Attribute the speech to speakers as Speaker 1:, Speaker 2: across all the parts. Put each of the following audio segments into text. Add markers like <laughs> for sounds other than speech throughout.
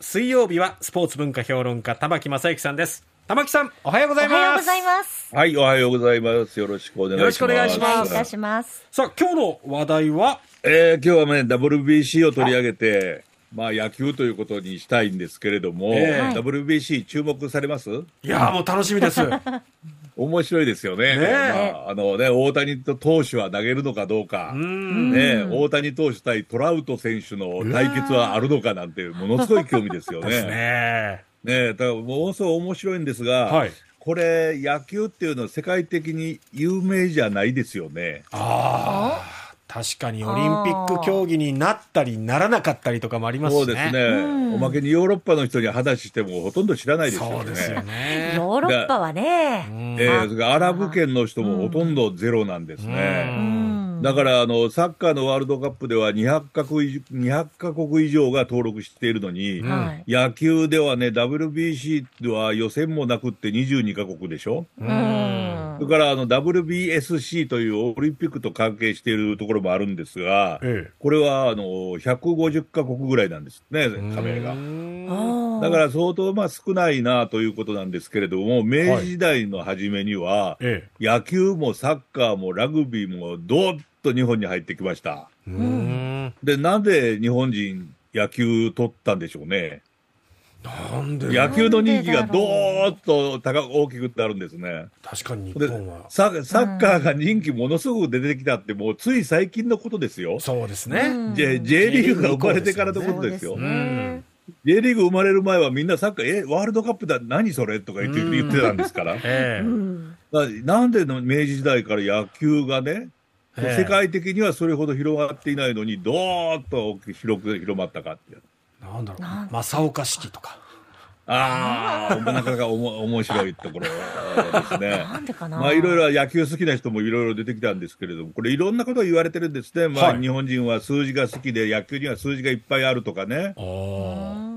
Speaker 1: 水曜日はスポーツ文化評論家玉木正之さんです玉木さんおはようございます
Speaker 2: おはようございます
Speaker 3: はい、おはようございます。よろしくお願いします。
Speaker 1: よろしくお願いし
Speaker 2: お願
Speaker 1: ま
Speaker 2: いい
Speaker 1: す
Speaker 2: たします
Speaker 1: さあ今日の話題は
Speaker 3: えー今日はね、WBC を取り上げて、まあ野球ということにしたいんですけれども、
Speaker 1: え
Speaker 2: え
Speaker 3: WBC 注目されます
Speaker 1: いやーもう楽しみです
Speaker 3: 面白いですよ
Speaker 1: ね
Speaker 3: ね。
Speaker 1: え
Speaker 3: まあ、あのね、大谷と投手は投げるのかどうか。
Speaker 1: うん
Speaker 3: ねえ、大谷投手対トラウト選手の対決はあるのかなんて、ものすごい興味ですよ
Speaker 1: <laughs>
Speaker 3: ね。
Speaker 1: ですね
Speaker 3: ねえ、だからものすごい面白いんですが、
Speaker 1: はい
Speaker 3: これ、野球っていうのは世界的に有名じゃないですよね。
Speaker 1: ああ確かにオリンピック競技になったりならなかったりとかもありますしね
Speaker 3: そうですね、おまけにヨーロッパの人に話してもほとんど知らないですよね。
Speaker 1: そうですよね
Speaker 2: ヨーロッパはね
Speaker 3: ええそれからアラブ圏の人もほとんどゼロなんです
Speaker 2: う
Speaker 3: ね。
Speaker 2: ん
Speaker 3: だからあのサッカーのワールドカップでは200カ国以200カ国以上が登録しているのに、
Speaker 1: うん
Speaker 2: はい
Speaker 3: 野球ではね、WBC では予選もなくって22カ国でしょ、
Speaker 1: う
Speaker 2: うんん
Speaker 3: それからあの WBSC というオリンピックと関係しているところもあるんですが、
Speaker 1: ええ
Speaker 3: これはあの150カ国ぐらいなんですね、加盟が
Speaker 1: う。ん
Speaker 2: あ
Speaker 3: だから相当まあ少ないなということなんですけれども、明治時代の初めには、
Speaker 1: え
Speaker 3: 野球もサッカーもラグビーもどーっと日本に入ってきました。
Speaker 1: えうん
Speaker 3: で、なんで日本人野球取ったんでしょうね。
Speaker 1: なんで
Speaker 3: 野球の人気が
Speaker 2: なん
Speaker 3: ど
Speaker 2: でだろう
Speaker 3: ーっと高く大きくなるんですね。
Speaker 1: 確かに日
Speaker 3: で
Speaker 1: 本は
Speaker 3: ササッカーが人気ものすごく出てきたってもうつい最近のことですよ。
Speaker 1: そうです
Speaker 2: う
Speaker 1: ね
Speaker 2: ん
Speaker 3: J, J リーグが生まれてからのことです
Speaker 2: そ
Speaker 3: よ
Speaker 2: う。ね
Speaker 3: J リーグ生まれる前はみんなサッカー、え、ワールドカップだ、何それとか言って
Speaker 1: うん
Speaker 3: 言ってたんですから。
Speaker 1: ええ
Speaker 2: うん
Speaker 3: だなんでの明治時代から野球がね、
Speaker 1: ええ
Speaker 3: 世界的にはそれほど広がっていないのに、どーっと広く広まったかって。
Speaker 1: なんだろ
Speaker 2: なん
Speaker 1: う正岡式とか
Speaker 3: ああ、なかなかおも面白いところです
Speaker 1: <laughs>
Speaker 3: ね。
Speaker 2: なんでかな
Speaker 3: まあいろいろ野球好きな人もいろいろ出てきたんですけれども、これいろんなことが言われてるんですね。まあ、
Speaker 1: はい
Speaker 3: 日本人は数字が好きで野球には数字がいっぱいあるとかね。
Speaker 1: あ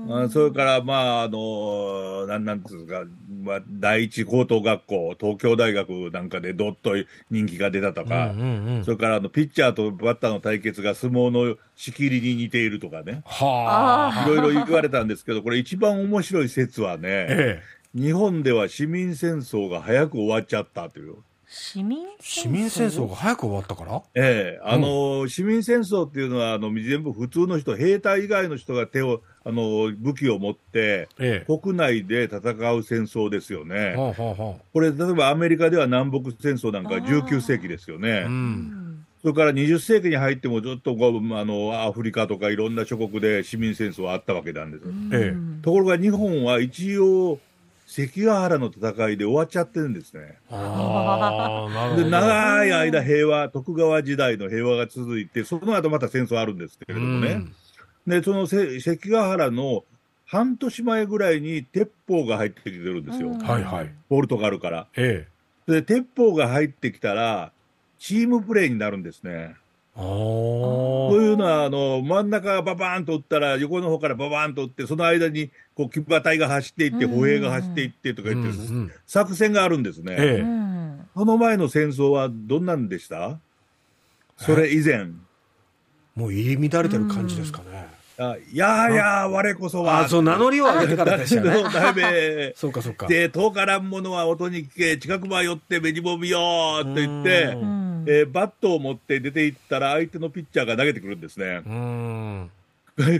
Speaker 3: あそれから、まあ、あの、なんなんですか、まあ、第一高等学校、東京大学なんかでどっと人気が出たとか、
Speaker 1: うんうんうん
Speaker 3: それからあのピッチャーとバッターの対決が相撲の仕切りに似ているとかね、
Speaker 1: はあ
Speaker 3: いろいろ言われたんですけど、これ、一番面白い説はね、
Speaker 1: <laughs> ええ
Speaker 3: 日本では市民戦争が早く終わっちゃったという、
Speaker 2: 市民
Speaker 1: 市民戦争が早く終わったから
Speaker 3: ええあの市民戦争っていうのはあの、全部普通の人、兵隊以外の人が手をあの武器を持って、
Speaker 1: ええ
Speaker 3: 国内で戦う戦争ですよね。
Speaker 1: はあはあは
Speaker 3: これ、例えばアメリカでは南北戦争なんか
Speaker 2: あー
Speaker 3: 19世紀ですよ
Speaker 1: あ
Speaker 3: ね。
Speaker 1: うん
Speaker 3: それから20世紀に入ってもずっとこうあのアフリカとかいろんな諸国で市民戦争はあったわけなんです。
Speaker 1: ええ
Speaker 3: ところが日本は一応関ヶ原の戦いで終わっちゃってるんですね。
Speaker 1: ああなるほ
Speaker 3: で
Speaker 1: ど
Speaker 3: 長い間平和徳川時代の平和が続いてその後また戦争あるんですけれどもね。でそのせ関ヶ原の半年前ぐらいに鉄砲が入ってきてるんですよ、
Speaker 2: うん
Speaker 1: はいはい
Speaker 3: ポルトガルから。
Speaker 1: ええ
Speaker 3: で鉄砲が入ってきたらチームプレーになるんですね。
Speaker 1: あ
Speaker 3: と
Speaker 1: あ
Speaker 3: いうのはあの真ん中がババーンと打ったら横の方からババーンと打ってその間にこう騎馬隊が走っていって
Speaker 2: うん
Speaker 3: 歩兵が走っていってとか言って、
Speaker 1: うんうん
Speaker 3: 作戦があるんですね、
Speaker 1: ええ
Speaker 2: うん
Speaker 3: その前の戦争はどんなんでしたそれ以前
Speaker 1: もう入り乱れてる感じですかね
Speaker 3: あやーやー我こそは
Speaker 1: あそう
Speaker 3: <laughs>
Speaker 1: 名乗りを上げてからでしたよね
Speaker 3: 誰のため
Speaker 1: そうかそうか
Speaker 3: で遠からん者は音に聞け近くば寄って目にも見ようと言って
Speaker 1: う
Speaker 2: う、ん
Speaker 3: えーバットを持って出て行ったら相手のピッチャーが投げてくるんですね <laughs>
Speaker 1: うん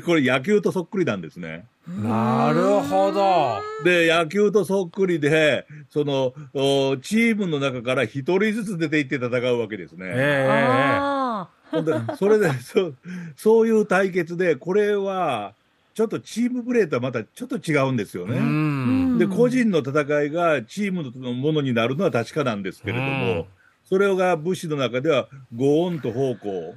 Speaker 3: これ野球とそっくりなんですね
Speaker 1: なるほど
Speaker 3: で、野球とそっくりで、その、おチームの中から一人ずつ出て行って戦うわけですね。
Speaker 1: え
Speaker 2: あ
Speaker 3: ほんでそれでそ、そういう対決で、これは、ちょっとチームプレーとはまたちょっと違うんですよ
Speaker 1: えう
Speaker 3: ね。
Speaker 1: ん
Speaker 2: ん
Speaker 3: で、個人の戦いがチームのものになるのは確かなんですけれど
Speaker 1: うん
Speaker 3: も、それが武士の中では、ご恩と奉公、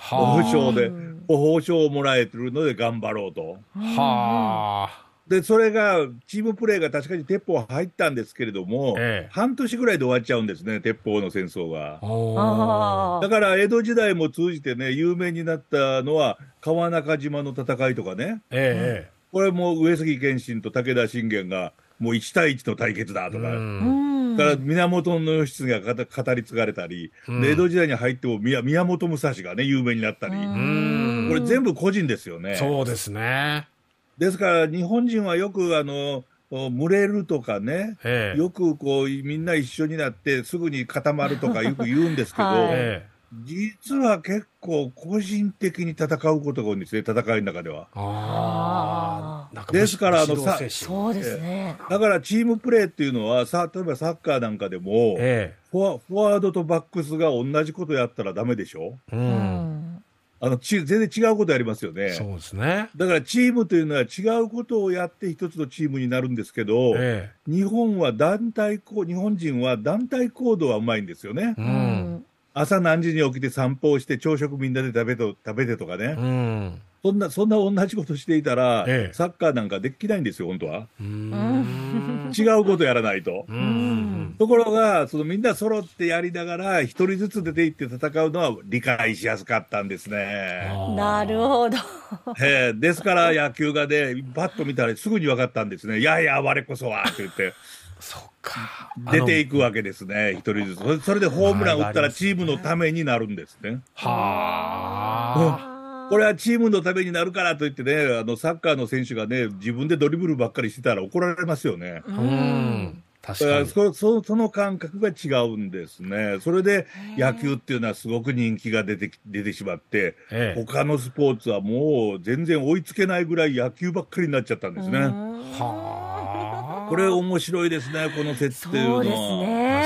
Speaker 1: は
Speaker 3: 無償で
Speaker 2: うん、
Speaker 3: 報奨をもらえてるので頑張ろうと。
Speaker 2: あ
Speaker 1: あはあ
Speaker 3: で、それが、チームプレーが確かに鉄砲入ったんですけれども、
Speaker 1: ええ
Speaker 3: 半年ぐらいで終わっちゃうんですね、鉄砲の戦争が。
Speaker 1: あ
Speaker 2: あ
Speaker 3: だ
Speaker 2: あ
Speaker 3: から、江戸時代も通じてね、有名になったのは、川中島の戦いとかね、
Speaker 1: え
Speaker 3: これも上杉謙信と武田信玄が、もう1対1の対決だ
Speaker 1: え
Speaker 3: とか、
Speaker 2: うん
Speaker 3: だから源義経が語語り継がれたり、
Speaker 1: うん
Speaker 3: で江戸時代に入っても宮宮本武蔵がね、有名になったり、
Speaker 2: う
Speaker 3: これ
Speaker 2: ん
Speaker 3: 全部個人ですよね。
Speaker 1: そうですね
Speaker 3: ですから日本人はよくあの群れるとかね、
Speaker 1: ええ
Speaker 3: よくこうみんな一緒になってすぐに固まるとかよく言うんですけど、
Speaker 2: はい
Speaker 1: ええ
Speaker 3: 実は結構個人的に戦うことが多いんですね、戦いの中では。
Speaker 1: あ
Speaker 2: あ
Speaker 1: あなん
Speaker 3: ですからあの
Speaker 1: 武士道精神
Speaker 2: そうですね。
Speaker 3: だからチームプレーっていうのは、さ例えばサッカーなんかでも、
Speaker 1: え
Speaker 3: フォアフォワードとバックスが同じことやったらダメでしょ
Speaker 1: えう、
Speaker 2: うんん。
Speaker 3: あのち全然違うことやりますよね。
Speaker 1: そうですね
Speaker 3: だからチームというのは違うことをやって一つのチームになるんですけど、
Speaker 1: え
Speaker 3: 日本は団体行日本人は団体行動はうまいんですよね
Speaker 1: えう
Speaker 2: うんん。
Speaker 3: 朝何時に起きて散歩をして朝食みんなで食べと食べてとかね、
Speaker 1: うん
Speaker 3: そんなそんな同じことしていたら、
Speaker 1: ええ
Speaker 3: サッカーなんかできないんですよ本当は
Speaker 1: うーん
Speaker 3: 違うことやらないと
Speaker 1: う。ん
Speaker 3: ところが、そのみんな揃ってやりながら、一人ずつ出ていって戦うのは理解しやすかったんですね。
Speaker 2: なる
Speaker 1: ど
Speaker 2: ほど。
Speaker 3: えーですから野球がね、バッと見たらすぐに分かったんですね。いやいや、我こそはって言って、
Speaker 1: そっか
Speaker 3: 出て
Speaker 1: く
Speaker 3: いくわけですね、一人ずつそれ。それでホームラン打ったらチームのためになるんですね。
Speaker 1: はあ
Speaker 3: これはチームのためになるからといってね、あのサッカーの選手がね、自分でドリブルばっかりしてたら怒られますよね。
Speaker 2: う。
Speaker 1: うんん確
Speaker 3: だか
Speaker 1: からに
Speaker 3: そ <laughs> そその感覚が違うんですね。それで野球っていうのはすごく人気が出てき出てしまって、
Speaker 1: ええ
Speaker 3: 他のスポーツはもう全然追いつけないぐらい野球ばっかりになっちゃったんです
Speaker 2: う
Speaker 3: ね。
Speaker 2: ん
Speaker 1: はあ
Speaker 3: これ面白いですね、この設
Speaker 2: そ
Speaker 3: 定の。
Speaker 2: うです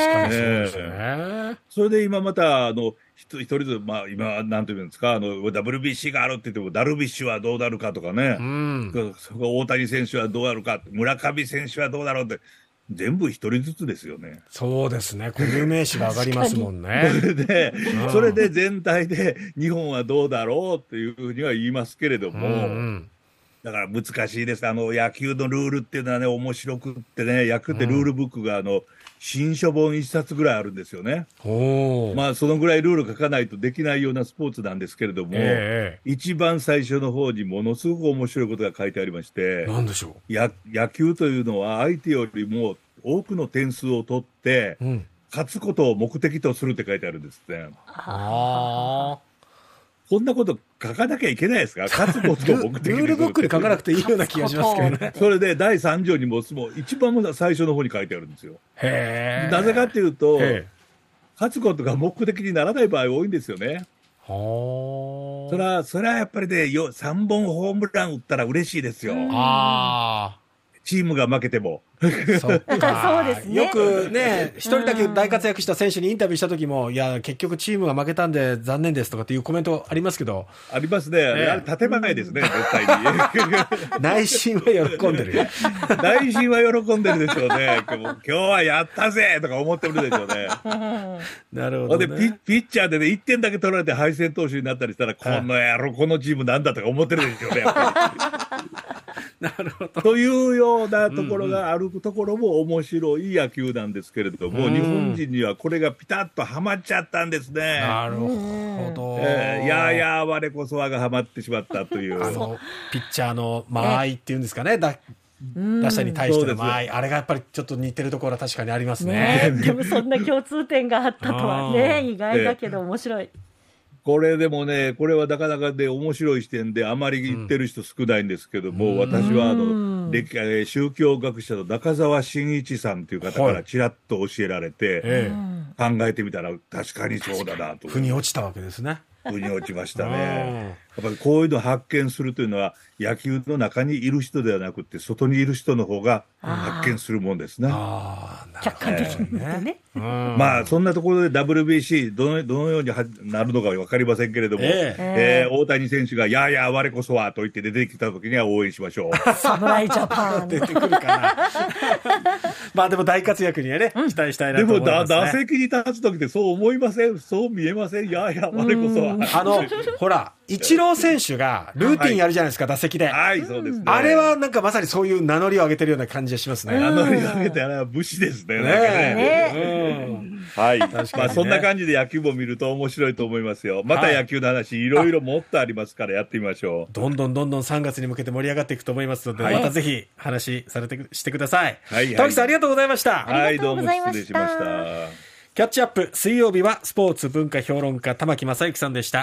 Speaker 1: 確か
Speaker 2: ね。
Speaker 1: にそうですね
Speaker 3: それで今また、あの、ひと一人ずつ、まあ今、なんていうんですか、あの、WBC があるって言っても、ダルビッシュはどうなるかとかね
Speaker 1: う、ん
Speaker 3: そこ大谷選手はどうなるか、村上選手はどうだろうって、全部一人ずつですよね。
Speaker 1: そうですね固有名詞が上がりますもんね
Speaker 3: それで
Speaker 1: う、ん
Speaker 3: それで全体で日本はどうだろうっていうふうには言いますけれども、
Speaker 1: うんうん
Speaker 3: だから難しいです。あの、野球のルールっていうのはね、面白くってね、野球ってルールブックが、あの、新書本一冊ぐらいあるんですよね。
Speaker 1: おお
Speaker 3: まあ、そのぐらいルール書かないとできないようなスポーツなんですけれども、
Speaker 1: え
Speaker 3: 一番最初の方にものすごく面白いことが書いてありまし
Speaker 1: え
Speaker 3: て、
Speaker 1: なんでしょ
Speaker 3: や野球というのは相手よりも多くの点数を取って、
Speaker 1: ううん
Speaker 3: 勝つことを目的とするって書いてあるんですね。
Speaker 1: あ
Speaker 3: こんなこと書かなきゃいけないで
Speaker 1: <laughs>
Speaker 3: すか勝つこ
Speaker 1: あ
Speaker 3: と
Speaker 1: ル
Speaker 3: を
Speaker 1: ル
Speaker 3: 目的にする
Speaker 1: ールブックに書かなくていいような気がしますけどね
Speaker 3: <laughs> それで第3条にも、もう一番最初の方に書いてあるんですよ。
Speaker 1: へえ
Speaker 3: なぜかっていうと、
Speaker 1: ええ
Speaker 3: 勝つことが目的にならない場合多いんですよね。
Speaker 1: はあ
Speaker 3: それは、それはやっぱりね、よ3本ホームラン打ったら嬉しいですよ。
Speaker 2: うん
Speaker 1: あ
Speaker 3: チームが負けても。
Speaker 1: あ、そっ
Speaker 2: そうですね
Speaker 1: よくね、一人だけ大活躍した選手にインタビューした時も、いや、結局チームが負けたんで残念ですとかっていうコメントありますけ <laughs> ど、
Speaker 3: ありますね。
Speaker 1: え
Speaker 3: あれ建てばないですね、絶対
Speaker 1: <laughs>
Speaker 3: に。
Speaker 1: 内心は喜んでるよ。
Speaker 3: 内心は喜んでるでしょうね。今日も今日はやったぜとか思ってるでしょうね。
Speaker 1: なる
Speaker 3: ほ
Speaker 1: ほ
Speaker 3: んで
Speaker 1: ど、
Speaker 3: ピ
Speaker 1: ね。
Speaker 3: ピッチャーでね、1点だけ取られて敗戦投手になったりしたら、この野郎、このチームなんだとか思ってるでしょうね、やっぱ
Speaker 1: <laughs> なるほど。
Speaker 3: りというようなところがあるところも面白い野球なんですけれども、
Speaker 1: うん
Speaker 3: 日本人にはこれがピタッとはまっちゃったんですね。
Speaker 1: なるほど。
Speaker 3: えー、いやいや、我こそはがはまってしまったという。
Speaker 1: あの、ピッチャーの間合いっていうんですかね、だ
Speaker 2: うん
Speaker 1: 打者に対しての間
Speaker 3: そう
Speaker 1: 合い、あれがやっぱりちょっと似てるところは確かにあります
Speaker 2: ね
Speaker 1: ね。
Speaker 2: でもそんな共通点があったとは
Speaker 1: う
Speaker 2: ね、
Speaker 1: ん
Speaker 2: 意外だけど面白い。
Speaker 3: これでもね、これはなかなかね、面白い視点で、あまり言ってる人少ないんですけど
Speaker 1: う
Speaker 3: も、
Speaker 1: ん
Speaker 3: 私はあ
Speaker 2: う
Speaker 3: の、
Speaker 2: ん
Speaker 3: 歴えー宗教学者の中澤真一さんという方か
Speaker 1: は
Speaker 3: ら
Speaker 1: い
Speaker 3: ちらっと教えられて、
Speaker 1: え
Speaker 2: うん
Speaker 3: 考えてみたら、確かにそうだなと、
Speaker 1: え、
Speaker 3: 腑
Speaker 1: 腑に落ちたわけですね。
Speaker 3: に落ちました
Speaker 1: <laughs>
Speaker 3: ね。
Speaker 1: ね
Speaker 3: やっぱりこういうの発見するというのは、野球の中にいる人ではなくて、外にいる人の方が発見するもんですね。
Speaker 1: ああ、なる
Speaker 2: 客
Speaker 1: ほど
Speaker 2: 観的に見るとね。
Speaker 1: うん
Speaker 3: まあ、そんなところで WBC、どのどのようにはなるのか分かりませんけれども、
Speaker 1: ええ
Speaker 3: え
Speaker 2: ええ
Speaker 3: ー大谷選手が、いやいや、我こそはと言って出てきたときには応援しましょ
Speaker 1: <laughs>
Speaker 3: う。
Speaker 2: 侍ジャパン。
Speaker 1: 出てくるかな。 <laughs> まあでも大活躍にはね、期待したいな
Speaker 3: で
Speaker 1: と思
Speaker 3: も
Speaker 1: いま
Speaker 3: だ、
Speaker 1: す、ね。
Speaker 3: 打席に立つときってそう思いません、そう見えません、いやいや、我こそは。
Speaker 1: あの、ほら、イチロー選手がルーティンやるじゃないですか、打席で。あ
Speaker 3: はい、そうですね。
Speaker 1: れはなんかまさにそういう名乗りを上げてるような感じがしますね。ね
Speaker 3: 名乗り上げたら武士ですね。なんか
Speaker 1: え。
Speaker 3: ね
Speaker 1: うん
Speaker 3: はい。
Speaker 1: 確かにね
Speaker 3: まあ、そんな感じで野球も見ると面白いと思いますよ。また野球の話、いろいろもっとありますからやってみましょう。
Speaker 1: どんどんどんどん3月に向けて盛り上がっていくと思いますので、
Speaker 3: はい
Speaker 1: またぜひ話されてくしてください。
Speaker 3: はいはい
Speaker 1: 田木さんありがとうございました。
Speaker 2: あ
Speaker 3: はい、
Speaker 2: りが
Speaker 3: ど
Speaker 2: と
Speaker 3: う
Speaker 2: う
Speaker 3: も
Speaker 2: ございま
Speaker 3: 失
Speaker 2: した
Speaker 3: 礼しました。
Speaker 1: キャッチアップ水曜日はスポーツ文化評論家玉木正之さんでした。